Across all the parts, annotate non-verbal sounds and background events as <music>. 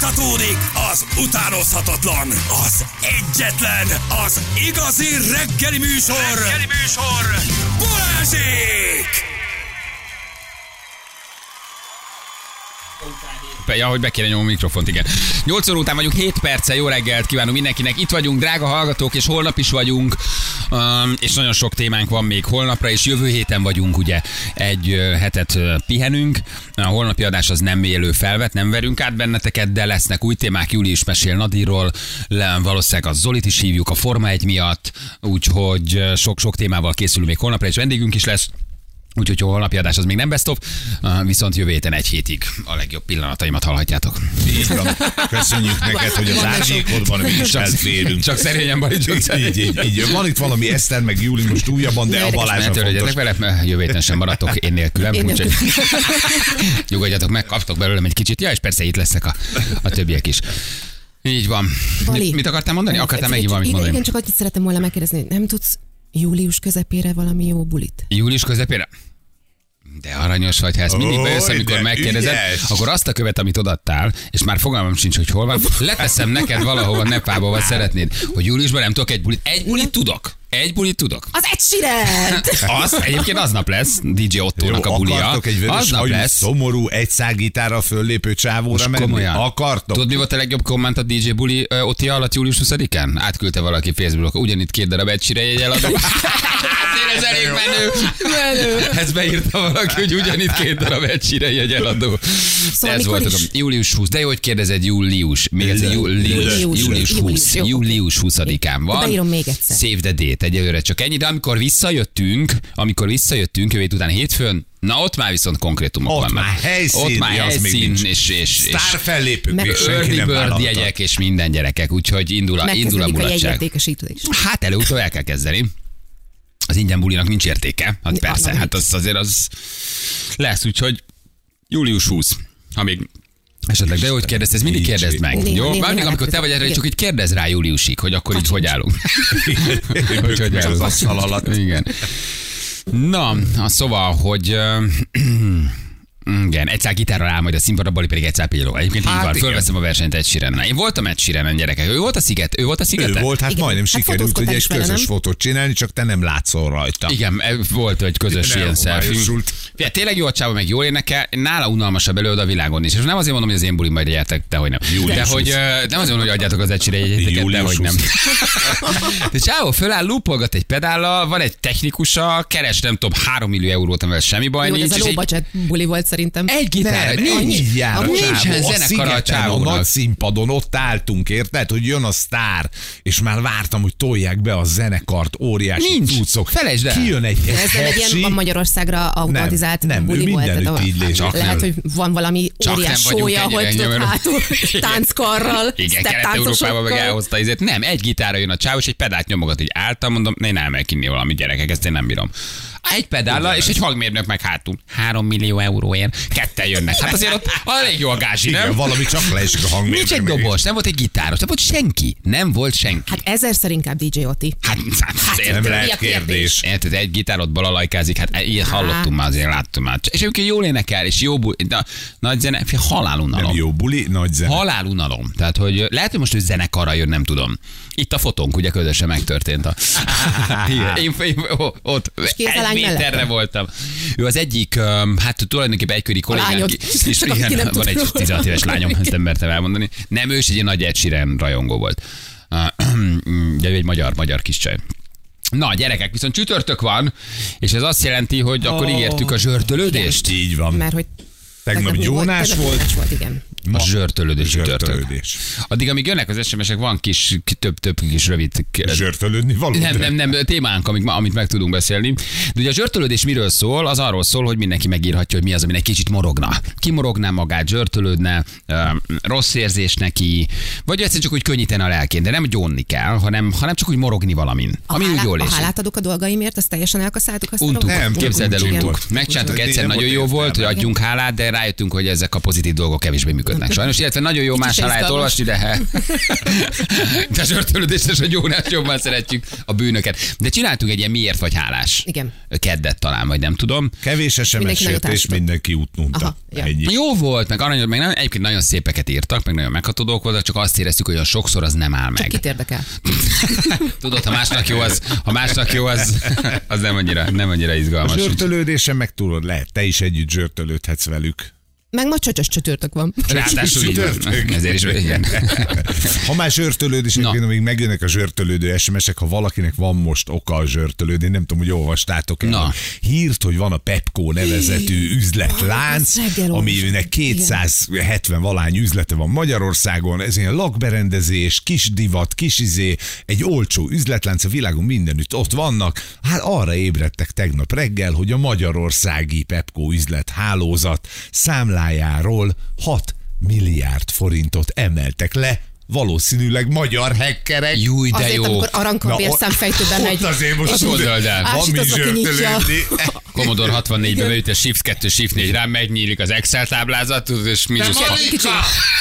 Fújtatódik az utánozhatatlan, az egyetlen, az igazi reggeli műsor. Reggeli műsor. Balázsék! Ja, hogy be kéne nyomom a mikrofont, igen. 8 óra után vagyunk, 7 perccel jó reggelt kívánunk mindenkinek. Itt vagyunk, drága hallgatók, és holnap is vagyunk, um, és nagyon sok témánk van még holnapra, és jövő héten vagyunk, ugye, egy ö, hetet ö, pihenünk. A holnapi adás az nem élő felvet, nem verünk át benneteket, de lesznek új témák, Júli is mesél Nadiról, le, valószínűleg a Zolit is hívjuk a Forma 1 miatt, úgyhogy ö, sok-sok témával készülünk még holnapra, és vendégünk is lesz. Úgyhogy a holnapi adás az még nem best of, uh, viszont jövő héten egy hétig a legjobb pillanataimat hallhatjátok. Így van. Köszönjük neked, hogy az árnyékodban mi is elférünk. Csak szerényen barítson. Így, így, így, így. Van itt valami Eszter, meg Júli most újabban, de a Balázs Ne a törődjetek fontos. vele, mert jövő héten sem maradtok én nélkülem, úgyhogy nyugodjatok meg, kaptok belőlem egy kicsit. Ja, és persze itt lesznek a, a többiek is. Így van. Bali. Mit, mit akartál mondani? Akartál megint valamit igen, mondani? igen, csak annyit szerettem volna megkérdezni, hogy nem tudsz július közepére valami jó bulit? Július közepére? De aranyos vagy, ha ezt mindig Ó, bejössz, amikor de megkérdezed, ügyes. akkor azt a követ, amit odaadtál, és már fogalmam sincs, hogy hol van, leteszem neked valahova, Nepába, vagy szeretnéd, hogy júliusban nem tudok egy bulit. Egy bulit tudok. Egy bulit tudok. Az egy sirent! Az, egyébként aznap lesz DJ Ottónak a bulia. akartok egy vörös Aznap hajú, lesz. szomorú, egy szágítára föllépő csávóra Most menni? komolyan. Akartok? Tudod, mi volt a legjobb komment a DJ Buli ö, Otti alatt július 20-án? Átküldte valaki Facebookra, ugyanitt két darab egysire jegyel adom. Azért Hát ez elég menő. menő. Ezt beírta valaki, hogy ugyanitt két darab egysire jegyel adó. Szóval ez mikor volt a is? kom- Július 20, de jó, hogy kérdezed július. Még ez július, Július. július 20. Július, jó. Július 20-án van. Beírom még egyszer. Save the date, egyelőre csak ennyi, de amikor visszajöttünk, amikor visszajöttünk jövő hét után hétfőn, na ott már viszont konkrétumok Ott van. már helyszín, ott már az még helyszín, nincs. és, és, és Sztár fellépők, Meg- még senki Early nem bird vállalta. <laughs> jegyek és minden gyerekek, úgyhogy indul a, indul a Megkezdődik a mulatság. jegyértékesítés. Hát előutóbb el kell kezdeni. Az ingyen bulinak nincs értéke. Hát Mi- persze, annak hát az azért az lesz, úgyhogy július 20, ha még Esetleg, de jó, hogy kérdezted, ezt mindig Nincs kérdezd meg. Néha- jó, néha bármikor, amikor te vagy erre, megközelítek. csak így kérdezz rá júliusig, hogy akkor így hogy állunk. <laughs> hogy hogy Az állunk. <laughs> asztal alatt. Igen. Na, a szóval, hogy ö, <clears throat> igen, egyszer gitárral áll majd a színpadra, Bali pedig egyszer pilló. Egyébként így Hát van, igen. fölveszem a versenyt egy sirennel. Én voltam egy sirenen, gyerekek. Ő volt a sziget, ő volt a Ő sziget. volt, hát Igen. majdnem Hát sikerült fotózkodtál ugye egy is vele, közös nem? fotót csinálni, csak te nem látszol rajta. Igen, e- volt egy közös Nem ilyen selfie. homályosult. Fia, tényleg jó a csávó, meg jól énekel, nála unalmasabb előad a világon is. És nem azért mondom, hogy az én bulim majd jártak, de hogy nem. Július de hogy, húsz. ö, nem azért mondom, hogy adjátok az egysire jegyeteket, de Július hogy nem. húsz. <laughs> De csávó föláll, lúpolgat egy pedállal, van egy technikusa, keres nem tudom, 3 millió eurót, amivel semmi baj Jó, de nincs. ez a és egy- lóbacset buli volt szerintem. egy gitár, Nem, nincs, annyit jár a nincsen csávó. zenekar a szigeten, a csávónak. nagy színpadon ott álltunk, érted, hogy jön a sztár, és már vártam, hogy tolják be a zenekart, óriási Nincs. cuccok. Felejtsd el. Kijön egy, egy, Ez nem egy hepsi. ilyen a Magyarországra automatizált Nem, nem, ő buli volt. mindenütt tehát a- így lép. Csak nem. lehet, hogy van valami Csak óriás nem vagyunk sója, ennyire hogy tudod nyomorú. <laughs> hátul tánckarral, Igen, step Kelet-Európában meg táncosokkal. elhozta izét. Nem, egy gitára jön a csáv, és egy pedált nyomogat, így álltam, mondom, én el meg inni valami gyerekek, ezt én nem bírom. Egy pedállal és egy hangmérnök meg hátul. Három millió euróért. Ketten jönnek. Hát azért ott elég jó a gázsi, Igen, nem? valami csak leesik a hangmérnök. Nincs egy dobos, nem volt egy gitáros, nem volt senki. Nem volt senki. Hát ezerszer inkább DJ Oti. Hát, hát Nem érted? Mi lehet a kérdés? kérdés. Érted, egy gitárot balalajkázik, hát ilyet hallottunk már, azért láttunk már. És egyébként jól énekel, és jó, bu- na, nagy zene, halálunalom. Nem jó buli, nagy zene. Halálunalom. Tehát, hogy lehet, hogy most ő zenekarra jön, nem tudom. Itt a fotónk, ugye közösen megtörtént <laughs> a... Igen. én, én, ó, ott ki az a egy lány méterre mellette? voltam. Ő az egyik, öm, hát tulajdonképpen egyköri kollégánk. lányod. És Csak <laughs> aki nem igen, tud van egy róla. 16 éves lányom, ezt nem mertem elmondani. Nem, ő is egy ilyen nagy Ed Sheeran rajongó volt. Ah, <clears throat> De ő egy magyar, magyar kis csaj. Na, gyerekek, viszont csütörtök van, és ez azt jelenti, hogy akkor ígértük Oh. a zsörtölődést. Így van. Mert hogy Tegnap mi gyónás Tegnap volt, gyónás volt, igen. A zsörtölődés csütörtök. zsörtölődés. Addig, amíg jönnek az SMS-ek, van kis, ki- több-több kis rövid Zsörtölődni való. nem, nem, nem, témánk, amit, amit meg tudunk beszélni. De ugye a zsörtölődés miről szól? Az arról szól, hogy mindenki megírhatja, hogy mi az, aminek kicsit morogna. Kimorogná magát, zsörtölődne, ö, rossz érzés neki, vagy egyszerűen csak úgy könnyítene a lelkén, de nem gyónni kell, hanem, hanem csak úgy morogni valamin, A, ami úgy hálá, jól a esik. hálát adok a dolgaimért, azt teljesen elkaszáltuk. Azt Untuk, Nem, nem, képzeld el, untuk. untuk. Igen. Megcsináltuk Úgy, egyszer, nem nagyon volt jó volt, hogy értelme. adjunk hálát, de rájöttünk, hogy ezek a pozitív dolgok kevésbé működnek sajnos, illetve nagyon jó máshol lehet izgalmas. olvasni, de de a zsörtölődést és a gyónást jobban szeretjük a bűnöket. De csináltunk egy ilyen miért vagy hálás. Igen. Keddet talán, vagy nem tudom. Kevés SMS Mindenki jött, és megutálta. mindenki útnunta. Aha, ja. Ennyi. Jó volt, meg aranyos, meg nagyon, egyébként nagyon szépeket írtak, meg nagyon meghatódók voltak, csak azt éreztük, hogy a sokszor az nem áll meg. Kit érdekel? <laughs> Tudod, ha másnak jó az, ha másnak jó az, az nem annyira, nem annyira A izgalmas. zsörtölődésen meg tudod, lehet, te is együtt zsörtölődhetsz velük. Meg ma csöcsös csütörtök van. Ráadásul így van. Csütörtök. Ezért is, igen. Ha már zsörtölődés, Na. egyébként, amíg megjönnek a zsörtölődő SMS-ek, ha valakinek van most oka a zsörtölődni, nem tudom, hogy olvastátok Na. el. Hírt, hogy van a Pepco nevezetű üzletlánc, Van, ez reggel aminek olvastam. 270 valány üzlete van Magyarországon, ez ilyen lakberendezés, kis divat, kis izé, egy olcsó üzletlánc, a világon mindenütt ott vannak. Hát arra ébredtek tegnap reggel, hogy a magyarországi Pepco üzlet hálózat számlájáról 6 milliárd forintot emeltek le, valószínűleg magyar hackerek. Júj, de Azért, jó. amikor aranka Na, <laughs> bérszámfejtőben ott egy... azért most Azt gondold el. Ás, Van itt mi az, aki nyitja. zsörtölődni. Commodore 64-ben beüt a Shift 2, Shift 4 rám, megnyílik az Excel táblázat, tudod, és mínusz 6. Kicsi.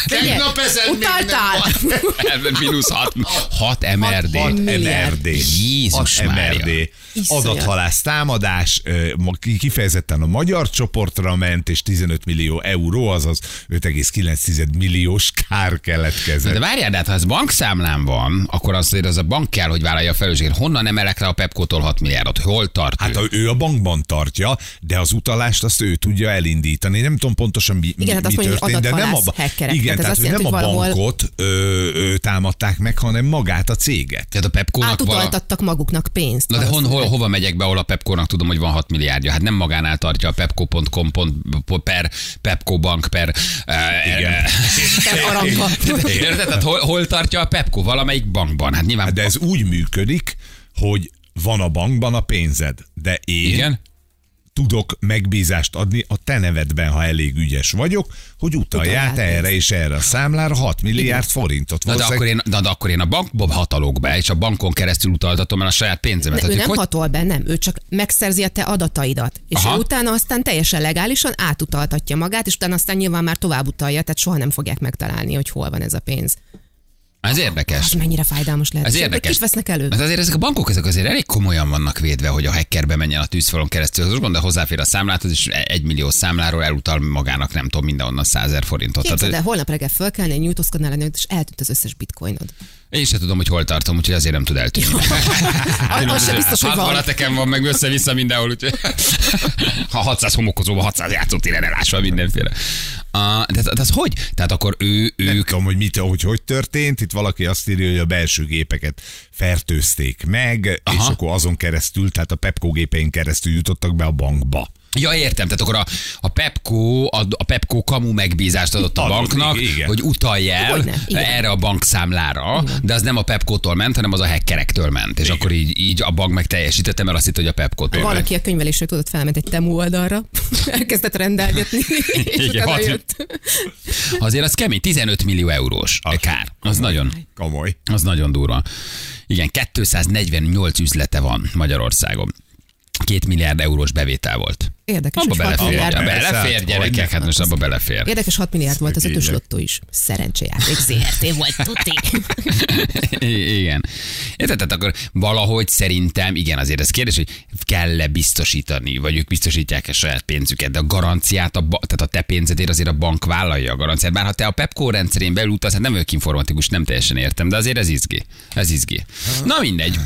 Tegnap ezen még nem Utaltál? <laughs> Mínusz 6. 6 MRD. Hat MRD. Jézus Hat Mária. MRD. Iszonyat. Adathalász támadás ö, ma ki- kifejezetten a magyar csoportra ment, és 15 millió euró, azaz 5,9 milliós kár De keletkezett. várjál, de hát ha ez bankszámlám van, akkor azért az a bank kell, hogy vállalja a felelősséget. Honnan emelek le a Pepco-tól 6 milliárdot? Hol tart Hát ő? a- ő a bankban tartja, de az utalást azt ő tudja elindítani. Nem tudom pontosan mi, mi- Igen, hát mi azt mondja, hogy történt, de nem a, adathalász ba- hackerek. igen, Tehát ez tehát, azt hogy nem jelenti, a hogy valahol- bankot ö, ö, támadták meg, hanem magát a céget. Tehát a Pepco-nak vala... Átutaltattak maguknak pénzt. Na de hon, hol, valószínűleg. hova megyek be, ahol a Pepco-nak tudom, hogy van 6 milliárdja? Hát nem magánál tartja a pepco.com pont- per Pepco bank per... eh, Igen. Per aranka. Érted? Tehát hol, hol tartja a Pepco? Valamelyik bankban. Hát nyilván... Hát de ez úgy működik, hogy van a bankban a pénzed, de én Igen? tudok megbízást adni a te nevedben, ha elég ügyes vagyok, hogy utaljál Utaljál te erre és erre a számlára 6 milliárd forintot. Na de, Valószínűleg- akkor én, na de akkor én a bankba hatalok be, és a bankon keresztül utaltatom el a saját pénzemet. De Hát, ő hogy nem hogy- hatol be, nem. Ő csak megszerzi a te adataidat. És Aha. Aha. utána aztán teljesen legálisan átutaltatja magát, és utána aztán nyilván már tovább utalja, tehát soha nem fogják megtalálni, hogy hol van ez a pénz. Ez érdekes. És mennyire fájdalmas lehet. Ez És ebből érdekes. Kit Hát vesznek elő? Hát azért ezek a bankok ezek azért elég komolyan vannak védve, hogy a hackerbe menjen a tűzfalon keresztül. Az most gondolja, hozzáfér a számlát, és egy millió számláról elutal magának, nem tudom, mindenhonnan 100 ezer forintot. Képzeld Tehát- el, holnap reggel fölkelnél, nyújtózkodnál lenni, és eltűnt az összes <laughs> bitcoinod. Én se tudom, hogy hol tartom, úgyhogy azért nem tud eltűnni. Az- az se biztos, hogy hát, van. Balateken van, meg össze-vissza mindenhol, úgyhogy ha 600 homokozóban 600 játszótéren elásva mindenféle. Uh, de, de, az hogy? Tehát akkor ő, nem ők tudom, hogy, mit, hogy hogy történt. Itt valaki azt írja, hogy a belső gépeket fertőzték meg, Aha. és Aha. akkor azon keresztül, tehát a Pepco gépein keresztül jutottak be a bankba. Ja, értem, tehát akkor a, a Pepco, a, a Pepco kamu megbízást adott a Adott, banknak, igen, igen. hogy utalja el Hogyne, igen. erre a bankszámlára, de az nem a Pepco-tól ment, hanem az a hackerektől ment, és akkor így, így a bank meg teljesítette, mert azt hitt, hogy a Pepco-tól ment. Valaki a könyvelésről tudott felment egy Temu oldalra, <laughs> elkezdett rendelgetni, és Igen, utána hat- jött. Azért az kemény, 15 millió eurós a kár. Az nagyon, Komoly. az nagyon durva. Igen, 248 üzlete van Magyarországon. Két milliárd eurós bevétel volt. Érdekes, Abba hogy hat belefér, milliárd. belefér Persze, gyerekek, hát most abba belefér. Érdekes, 6 milliárd volt az ötös Szegények. lottó is. Szerencsejáték ZRT volt, tuti. <laughs> I- igen. Érted? Tehát akkor valahogy szerintem, igen, azért ez kérdés, hogy kell-e biztosítani, vagy ők biztosítják-e saját pénzüket, de a garanciát, a ba- tehát a te pénzedért azért a bank vállalja a garanciát. Bár ha te a Pepco rendszerén belül utalsz, hát nem ők informatikus, nem teljesen értem, de azért ez izgi. Ez izgi. Na mindegy.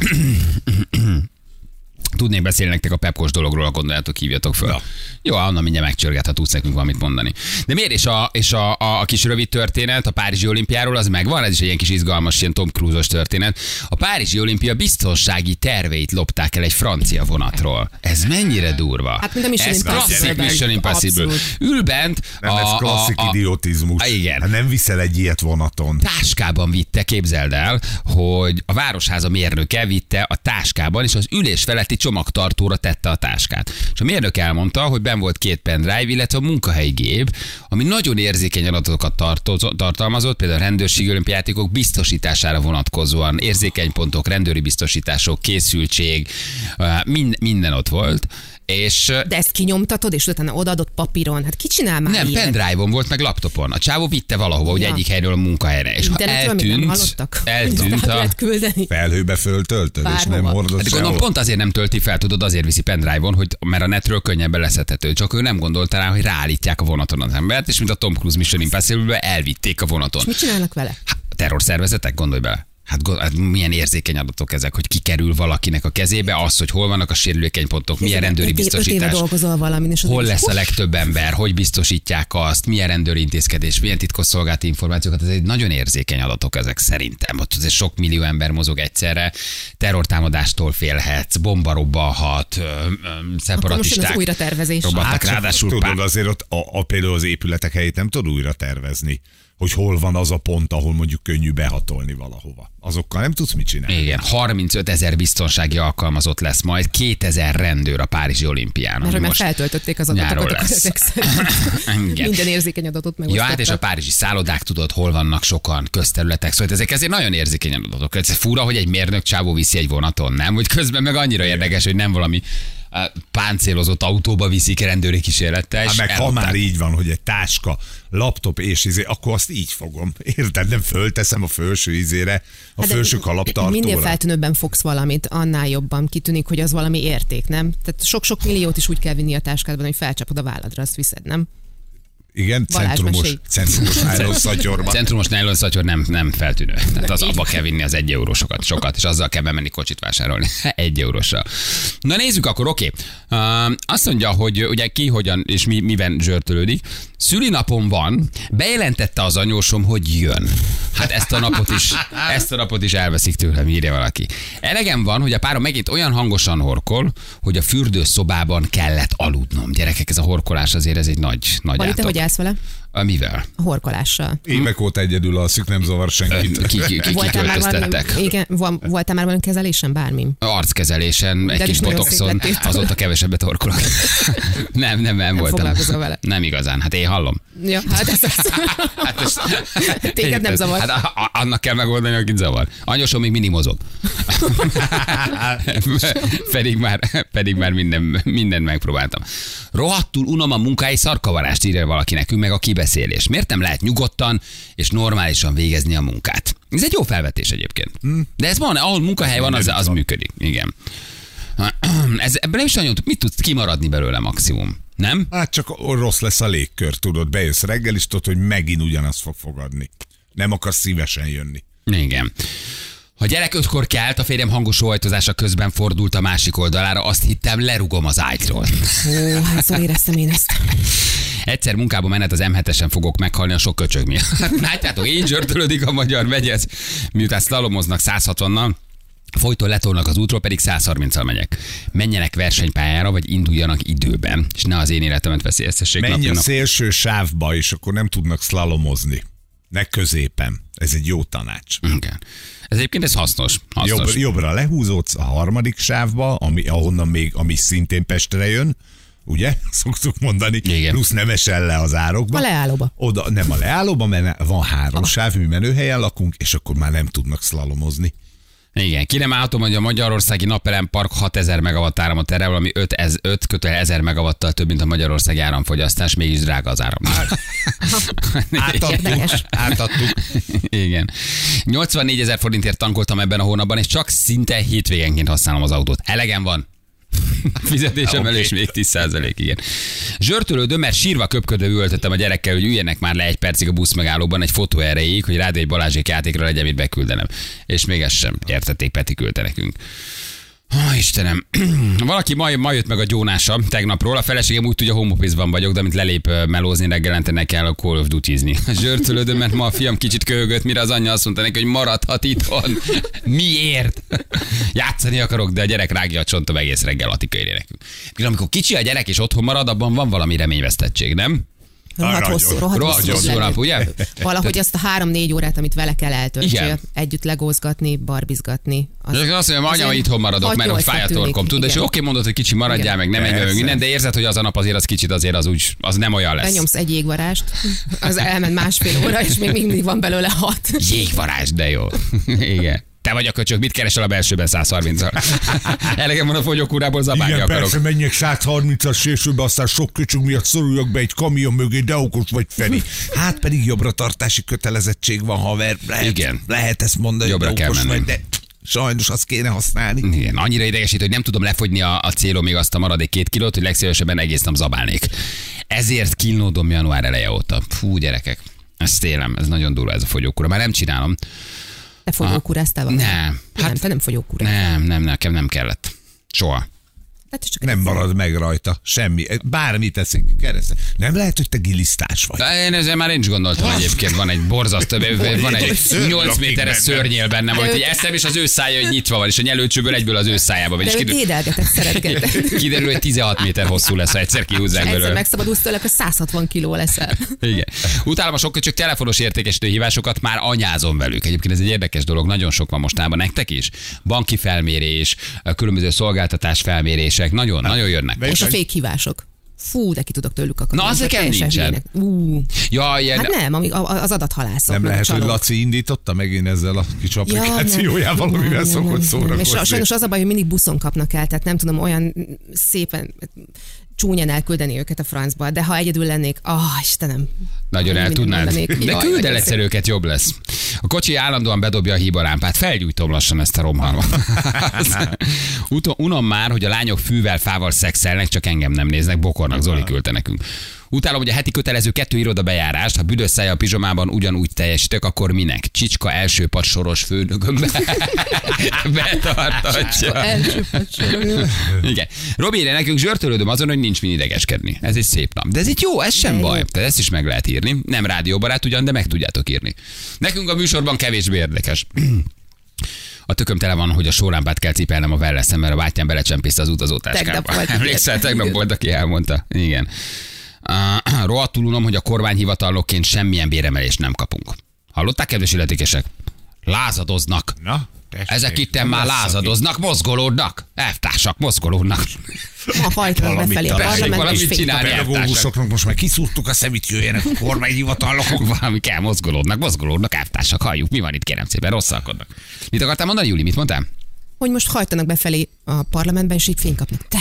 Tudnék beszélni nektek a pepkos dologról, ha gondoljátok, hívjatok föl. Ja. Jó, Anna mindjárt megcsörget, ha tudsz nekünk valamit mondani. De miért? És a, és a, a, a kis rövid történet a Párizsi olimpiáról, az megvan? Ez is egy ilyen kis izgalmas, ilyen Tom Cruise-os történet. A Párizsi olimpia biztonsági terveit lopták el egy francia vonatról. Ez mennyire durva? Hát, mint a Mission ez Impossible-ben. klasszik Mission Impossible. Abszolút. Ül bent Nem, ez klasszik idiotizmus. A, igen. Hát nem viszel egy ilyet vonaton. táskában vitte, képzeld el, hogy a Városháza mérnöke vitte a táskában, és az ülés feletti csomagtartóra tette a táskát. És a mérnök elmondta, hogy ben volt két pendrive, illetve a munkahelyi gép, ami nagyon érzékeny adatokat tartoz- tartalmazott, például rendőrségi olimpiátikok biztosítására vonatkozóan, érzékeny pontok, rendőri biztosítások, készültség, ö, mind, minden ott volt, És ö, De ezt kinyomtatod, és utána odaadott papíron. Hát ki csinál már nem, ilyet? pendrive-on volt, meg laptopon. A csávó vitte valahova, ugye Ja. egyik helyről a munkahelyre. És ha Internetről még nem eltűnt, hallottak. eltűnt a... a, lehet küldeni. Felhőbe föltöltöd, és Bárhova. nem hordod Hát gondolom, sehol. pont azért nem tölti fel, tudod, azért viszi pendrive-on, hogy, mert a netről könnyebben leszedhető. Csak ő nem gondolta rá, hogy ráállítják a vonaton az embert, és mint a Tom Cruise Mission Impossible-be elvitték a vonaton. És mit csinálnak vele? Hát, terrorszervezetek, gondolj bele. Hát, gond- hát milyen érzékeny adatok ezek, hogy kikerül valakinek a kezébe, az, hogy hol vannak a sérülékeny pontok, milyen rendőri Öt év- Öt éve biztosítás. dolgozol valamin, és az Hol is- lesz a legtöbb ember, hogy biztosítják azt, milyen rendőri intézkedés, milyen titkosszolgálati információkat, ez egy nagyon érzékeny adatok ezek szerintem. Ott azért sok millió ember mozog egyszerre, terrortámadástól félhetsz, bomba robbalhat, ö, ö, Akkor most jön az szeparatisták újra tervezés. robbantak, Hát csak ráadásul tudod, pá- azért ott a, a, például az épületek helyét nem tud újra tervezni, hogy hol van az a pont, ahol mondjuk könnyű behatolni valahova. Azokkal nem tudsz mit csinálni. Igen, 35 ezer biztonsági alkalmazott lesz majd, 2000 rendőr a Párizsi olimpián. Mert ami már most feltöltötték az nyáron adatokat, akkor lesz. ezek szerint Igen. minden érzékeny adatot Ja, megosztottak. hát és a párizsi szállodák, tudod, hol vannak sokan, közterületek, szóval ezek ezért nagyon érzékeny adatok. Ez fura, hogy egy mérnök csávó viszi egy vonaton, nem? Hogy közben meg annyira érdekes, hogy nem valami á, páncélozott autóba viszik rendőri kísérlettel. Hát és meg ha eladták. már így van, hogy egy táska, laptop és izé, akkor azt így fogom. <laughs> Érted? Nem fölteszem a felső izére, a Hát de felső Minél kalaptartóra. feltűnőbben fogsz valamit, annál jobban kitűnik, hogy az valami érték, nem? Tehát sok-sok milliót is úgy kell vinni a táskádban, hogy felcsapod a válladra, azt viszed, nem? Igen, Balázs, centrumos, mesélj. <laughs> centrumos nylon szatyorban. Centrumos nylon szatyor nem, nem feltűnő. Tehát az abba kell vinni az egy eurósokat, sokat, és azzal kell bemenni kocsit vásárolni. <laughs> Egy eurósra. Na nézzük akkor, oké. Okay. Azt mondja, hogy ugye ki, hogyan és mi, miben zsörtölődik. Szülinapom van, bejelentette az anyósom, hogy jön. Hát ezt a napot is, ezt a napot is elveszik tőlem, írja valaki. Elegem van, hogy a párom megint olyan hangosan horkol, hogy a fürdőszobában kellett aludnom. Gyerekek, ez a horkolás azért ez egy nagy, nagy Vali, te átok. hogy állsz vele? Ö, Mivel? A horkolással. Évek óta egyedül alszik, nem zavar Öt, ki, senkit. ki, ki, kiköltöztettek. igen, van- voltál már valami kezelésen, bármi? Arckezelésen, egy De kis is nagyon botoxon, szép lettél. azóta kevesebbet <laughs> orkolok. nem, nem, nem, voltam. foglalkozol vele. Nem igazán, hát én hallom. Ja, hát ez az. Hát ez- <laughs> Téged nem zavar. Hát a- a- annak kell megoldani, akit zavar. Anyosom még mindig <laughs> mozog. <laughs> pedig, már, pedig már minden, mindent megpróbáltam. Rohadtul unom a munkai szarkavarást, írja valaki nekünk, meg a kibeszélés. Miért nem lehet nyugodtan és normálisan végezni a munkát? Ez egy jó felvetés egyébként. De ez van, ahol munkahely van, az, az működik. Igen. <clears throat> Ez, ebben nem is nagyon tud- mit tudsz kimaradni belőle maximum, nem? Hát csak rossz lesz a légkör, tudod, bejössz reggel, és tudod, hogy megint ugyanazt fog fogadni. Nem akar szívesen jönni. Igen. Ha gyerek ötkor kelt, a férjem hangos óhajtozása közben fordult a másik oldalára, azt hittem lerugom az ágyról. Ó, hányszor éreztem én ezt. Egyszer munkába menet az M7-esen fogok meghalni a sok köcsög miatt. Hát Látjátok, így zsörtölődik a magyar megyez. Miután szlalomoznak 160-nal, Folyton letolnak az útról, pedig 130-al megyek. Menjenek versenypályára, vagy induljanak időben, és ne az én életemet veszélyeztessék nap, Menj mint a nap. szélső sávba, és akkor nem tudnak szlalomozni. Ne középen. Ez egy jó tanács. Igen. Ez egyébként ez hasznos. hasznos. Jobb, jobbra lehúzódsz a harmadik sávba, ami, ahonnan még, ami szintén Pestre jön, ugye? <laughs> Szoktuk mondani. Igen. Plusz nem esel le az árokba. A leállóba. Oda, nem a leállóba, mert van három sáv, mi menőhelyen lakunk, és akkor már nem tudnak szlalomozni. Igen, ki nem állhatom, hogy a Magyarországi Napelem Park 6000 megawatt áramot terel, ami 5, 5 kötően 1000 megawattal több, mint a Magyarországi áramfogyasztás, mégis drága az áram. <laughs> Hát Átadtuk, Érdekes. átadtuk. <laughs> Igen. 84 ezer forintért tankoltam ebben a hónapban, és csak szinte hétvégenként használom az autót. Elegem van. A Fizetésem Oké. okay. és még 10 igen. Zsörtölődöm, mert sírva köpködő ültettem a gyerekkel, hogy üljenek már le egy percig a busz megállóban egy fotó erejéig, hogy rád egy Balázsék játékra legyen, mit beküldenem. És még ezt sem értették, Peti küldte nekünk. Ó, Istenem. <clears throat> Valaki ma, ma jött meg a gyónása tegnapról. A feleségem úgy tudja, home office-ban vagyok, de amit lelép ö, melózni reggelente, ne kell a Call of Duty-zni. <laughs> Zsörtölődöm, mert ma a fiam kicsit köhögött, mire az anyja azt mondta neki, hogy maradhat itthon. <laughs> Miért? <laughs> Játszani akarok, de a gyerek rágja a csontom egész reggel a tikőjére nekünk. Mikor Amikor kicsi a gyerek és otthon marad, abban van valami reményvesztettség, nem? Rohadt nagyon. hosszú, rohadt Rohadt hosszú hosszú lett. nap, ugye? Valahogy azt a három-négy órát, amit vele kell eltöltsél, Igen. együtt legózgatni, barbizgatni. Az... Az... Csak azt mondja, anya, hogy itthon maradok, mert hogy Hat-nyolcra fáj a tűnik, torkom. Tudod, és igen. oké, mondod, hogy kicsi maradjál, Igen. meg nem menj meg Persze. minden, de érzed, hogy az a nap azért az kicsit azért az úgy, az nem olyan lesz. Benyomsz egy jégvarást, az elment másfél óra, és még mindig van belőle hat. Jégvarázs, de jó. <laughs> Igen. Te vagy a köcsög, mit keresel a belsőben 130-al? <laughs> Elegem van a fogyókúrából zabálni Igen, akarok. persze, menjek 130-as sésőbe, aztán sok köcsög miatt szoruljak be egy kamion mögé, de okos vagy Feri. Hát pedig jobbra tartási kötelezettség van, haver. Lehet, Igen. Lehet ezt mondani, Jobbra jobbra de kell okos mennem. vagy, de sajnos azt kéne használni. Igen, annyira idegesít, hogy nem tudom lefogyni a, a célom még azt a maradék két kilót, hogy legszívesebben egész nap zabálnék. Ezért kínlódom január eleje óta. Fú, gyerekek, ezt élem, ez nagyon durva ez a fogyókúra. Már nem csinálom. Te fogyókúráztál valamit? Nem. Hát, nem, Hát- te nem fogyókúráztál. Nem, nem, nekem nem kellett. Soha. Hát csak Nem marad meg rajta, semmi. Bármit teszünk keresztül. Nem lehet, hogy te gilisztás vagy. De én ezzel már én is gondoltam egyébként, van egy borzasztó, van egy Szörny 8 lakik méteres benne. szörnyél bennem, amit így eszem, és az ő szája így nyitva van, és a nyelőcsőből egyből az ő szájába van. De És őt kiderül, édelgeted, <laughs> szeretgeted. kiderül, hogy 16 méter hosszú lesz, ha egyszer kihúzzák Egyszer belőle. megszabadulsz tőle, akkor 160 kiló leszel. Igen. Utálom a sok köcsök telefonos értékesítő hívásokat, már anyázom velük. Egyébként ez egy érdekes dolog, nagyon sok van mostában nektek is. Banki felmérés, különböző szolgáltatás felmérések, nagyon, nagyon jönnek. És most. a fékhívások. Fú, de ki tudok tőlük akadni. Na, az nekem nincsen. Ú, Ja, ilyen, hát nem, amíg a- a- az adathalászok. Nem meg lehet, csalók. hogy Laci indította megint ezzel a kis Ja, applikációjával, nem. amivel Nem, nem, szokott nem, nem. És sa- szórakozni. sajnos az a baj, hogy mindig buszon kapnak el, tehát nem tudom olyan szépen csúnyan elküldeni őket a francba, de ha egyedül lennék, ah, Istenem. Nagyon el Mindent tudnád. mondanék. De Jaj, küld el nagyon egyszer őket, jobb lesz. A kocsi állandóan bedobja a hibalámpát. Felgyújtom lassan ezt a romhalmat. <laughs> Uto- Unom már, hogy a lányok fűvel, fával szexelnek, csak engem nem néznek, bokornak, Zoli küldte nekünk. Utálom, hogy a heti kötelező kettő iroda bejárást, ha büdös szája a pizsomában ugyanúgy teljesítek, akkor minek? Csicska első pad soros <laughs> főnökömbe <laughs> betartatja. Első pacsorog. Igen. Robi írja nekünk, zsörtölődöm azon, hogy nincs min idegeskedni. Ez egy szép nap. De ez itt jó, ez sem De jó. baj. Tehát ezt is meg lehet írni. Nem rádióbarát ugyan, de meg tudjátok írni. Nekünk a műsorban kevésbé érdekes. A tököm tele van, hogy a sólámpát kell cipelnem a velleszem, mert a bátyám belecsempészte az Tegnap utazótáskába. volt, igen. Emlékszel, tegnap volt, aki elmondta. Igen. <clears throat> Uh, rohadtul unom, hogy a kormányhivatalnokként semmilyen béremelést nem kapunk. Hallották, kedves illetékesek? Lázadoznak. Na, tessék. Ezek itten már Lasszabb. lázadoznak, mozgolódnak. Elvtársak, mozgolódnak. Ha hajtanak Valamit befelé a találni. parlament, Valamit és fél. csinálni. A pedagógusoknak most már kiszúrtuk a szemét, jöjjenek a kormányhivatalok. Valami kell, mozgolódnak, mozgolódnak, elvtársak, halljuk, mi van itt, kérem szépen, rosszalkodnak. Mit akartál mondani, Júli, mit mondtál? Hogy most hajtanak befelé a parlamentben, és így fény kapnak. Te,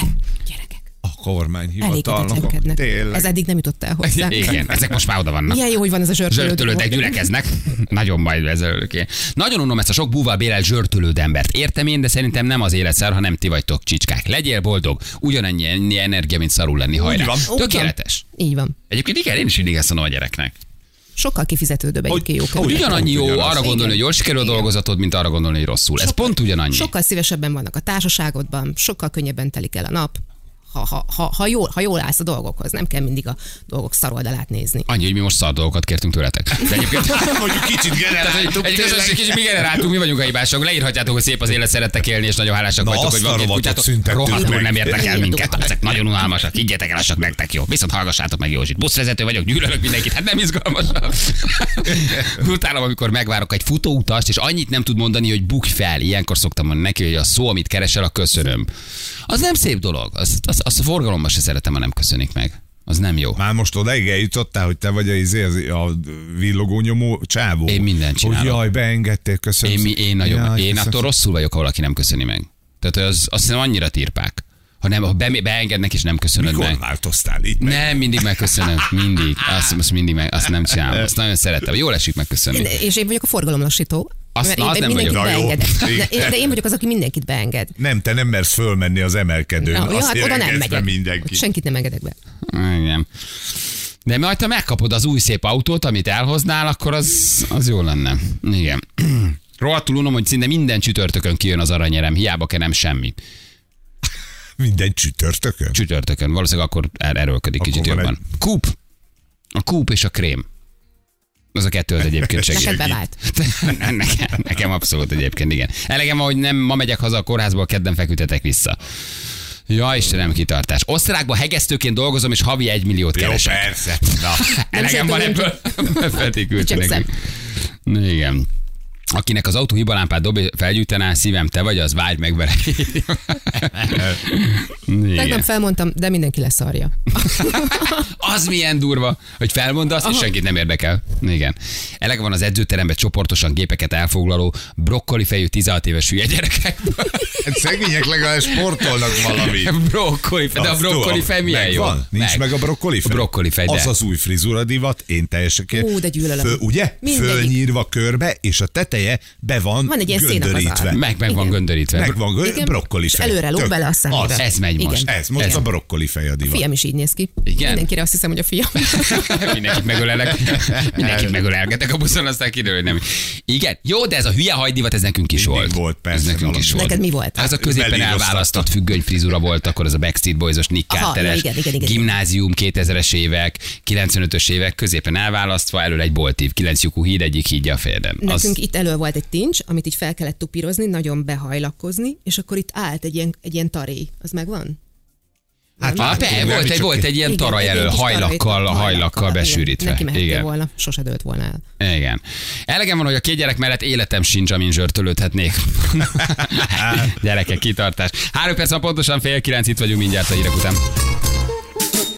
gyerekek, A kormányhivatalnokok. elégedetlenkednek. Tényleg. Ez eddig nem jutott el hozzá. Igen, ezek most már oda vannak. Milyen jó, hogy van ez a zsörtölődő. Zsörtölődek gyülekeznek. Nagyon baj ez örökké. Nagyon unom ezt a sok búval bérelt zsörtölőd embert. Értem én, de szerintem nem az életszer, hanem ti vagytok csicskák. Legyél boldog, ugyanannyi ennyi energia, mint szarul lenni, hajrá. van. Úgy van. Tökéletes. Így van. Egyébként igen, én is mindig ezt mondom a gyereknek. Sokkal kifizetődőbb egyébként jókedvű. Úgy, Ugyanannyi jó ugyanaz. arra gondolni, hogy jól sikerül a dolgozatod, mint arra gondolni, hogy rosszul. Ez pont ugyanannyi. Sokkal szívesebben vannak a társaságodban, sokkal könnyebben telik el a nap, ha, ha, ha, ha, jól, ha jól állsz a dolgokhoz, nem kell mindig a dolgok szaroldalát nézni. Annyi, hogy mi most szar dolgokat kértünk tőletek. De egyébként... <laughs> Mondjuk kicsit generáltuk. Egy közösség tényleg. kicsit mi generáltunk, mi vagyunk a hibások. Leírhatjátok, hogy szép az élet, szerettek élni, és nagyon hálásak Na, vagytok, azt hogy a van két rovatot kutyátok. szüntettük Rohadtul meg. nem értek el Igen, minket. dugat. Ezek nagyon unalmasak. Higgyetek el, csak nektek jó. Viszont hallgassátok meg Józsit. Buszvezető vagyok, gyűlölök mindenkit. Hát nem izgalmas. <laughs> Utálom, amikor megvárok egy futóutast, és annyit nem tud mondani, hogy bukj fel. Ilyenkor szoktam mondani neki, hogy a szó, amit keresel, a köszönöm. Az nem szép dolog. Azt az, az a forgalomban se szeretem, ha nem köszönik meg. Az nem jó. Már most odaig eljutottál, hogy te vagy a, izé, az- a villogónyomó csávó. Én mindent csinálok. Hogy jaj, beengedtél, köszönöm. Én, mi, szépen. én nagyon, Jaj, én köszönöm attól rosszul vagyok, ha valaki nem köszöni meg. Tehát az, azt hiszem annyira tirpák. Ha, nem, ha be, beengednek és nem köszönöd szépen. Mikor meg. változtál itt? meg? Nem, mindig megköszönöm, mindig. Azt, azt mindig meg, azt nem csinálom. Azt nagyon szeretem. Jól esik megköszönni. Én- És én vagyok a forgalomlassító. Azt- mert na, én az nem mindenkit vagyok. Na jó. beengedek. <laughs> Igen. Na, én- De én vagyok az, aki mindenkit beenged. Nem, te nem mersz fölmenni az emelkedőn. Na, Azt jó, hát oda nem érekezd be megyek. Ott mindenki. Senkit nem engedek be. Igen. De majd, ha megkapod az új szép autót, amit elhoznál, akkor az, az jó lenne. Igen. <clears throat> Rohadtul unom, hogy szinte minden csütörtökön kijön az aranyerem, hiába kenem semmi. Minden csütörtökön? Csütörtökön, valószínűleg akkor er- erőlködik Akkor kicsit van jobban. egy- Kúp. A kúp és a krém. Az a kettő az egyébként Neked segít. bevált. <laughs> nekem, nekem abszolút egyébként, igen. Elegem, van, hogy nem ma megyek haza a kórházból, kedden feküdtetek vissza. Ja, Istenem, kitartás. Osztrákba hegesztőként dolgozom, és havi egy milliót Jó, keresek. <laughs> persze. Na. Elegem van szeretem, <laughs> ebből. Feti küldte Igyekszem. nekünk. Igen. Akinek az autó hibalámpát dob, felgyújtaná, szívem, te vagy az, vágy meg vele. Tegnap Igen. felmondtam, de mindenki leszarja. Az milyen durva, hogy felmondasz, és senkit nem érdekel. Igen. Elege van az edzőteremben csoportosan gépeket elfoglaló, brokkoli fejű 16 éves hülye gyerekek. Hát szegények legalább sportolnak <laughs> valamit. brokkoli fej, de a Azt brokkoli tudom, fej milyen jó? megvan. Nincs meg, a brokkoli fej. A brokkoli fej, de. Az az új frizura divat, én teljesek. Ú, de gyűlölöm. Föl, ugye? Mindegyik. Fölnyírva körbe, és a teteje be van, Van egy ilyen szénakazár. göndörítve. Meg, meg van Igen. göndörítve. Meg van gö- brokkoli és fej. előre lóg Tök. bele a szemébe. Az. Ez megy Igen. most. Ez, most Igen. a brokkoli fej a divat. Fiam is így néz ki. Igen? Mindenkire azt hiszem, hogy a <laughs> fiam. <laughs> Mindenkit <laughs> megölelek. Mindenkit megölelgetek a buszon, aztán kiderül, hogy nem. Igen, jó, de ez a hülye hajdivat, ez nekünk is Mindig volt. volt, persze, Ez nekünk is valami. volt. Neked mi volt? Hát, Az a középen Belíroztatta. elválasztott függöny frizura volt, akkor az a Backstreet Boys-os Nick Aha, Carter-es ja, igen, igen, igen. gimnázium, 2000-es évek, 95-ös évek, középen elválasztva, elől egy boltív, 9 lyukú híd, egyik hídja a férden. Nekünk itt elő volt egy tincs, amit így fel kellett tupírozni, nagyon behajlakozni, és akkor itt állt egy ilyen, egy ilyen taré. Az megvan? Hát Ah, láttuk, be, nem volt, csak egy, volt egy ilyen Igen, taraj egy elől, kis taraj, hajlakkal, hajlakkal igen. besűrítve. Neki mehette Igen. volna, sose dőlt volna el. Igen. Elegem van, hogy a két gyerek mellett életem sincs, amin zsörtölődhetnék. Gyerekek, kitartás. Három perc van pontosan fél kilenc, itt vagyunk mindjárt a hírek után.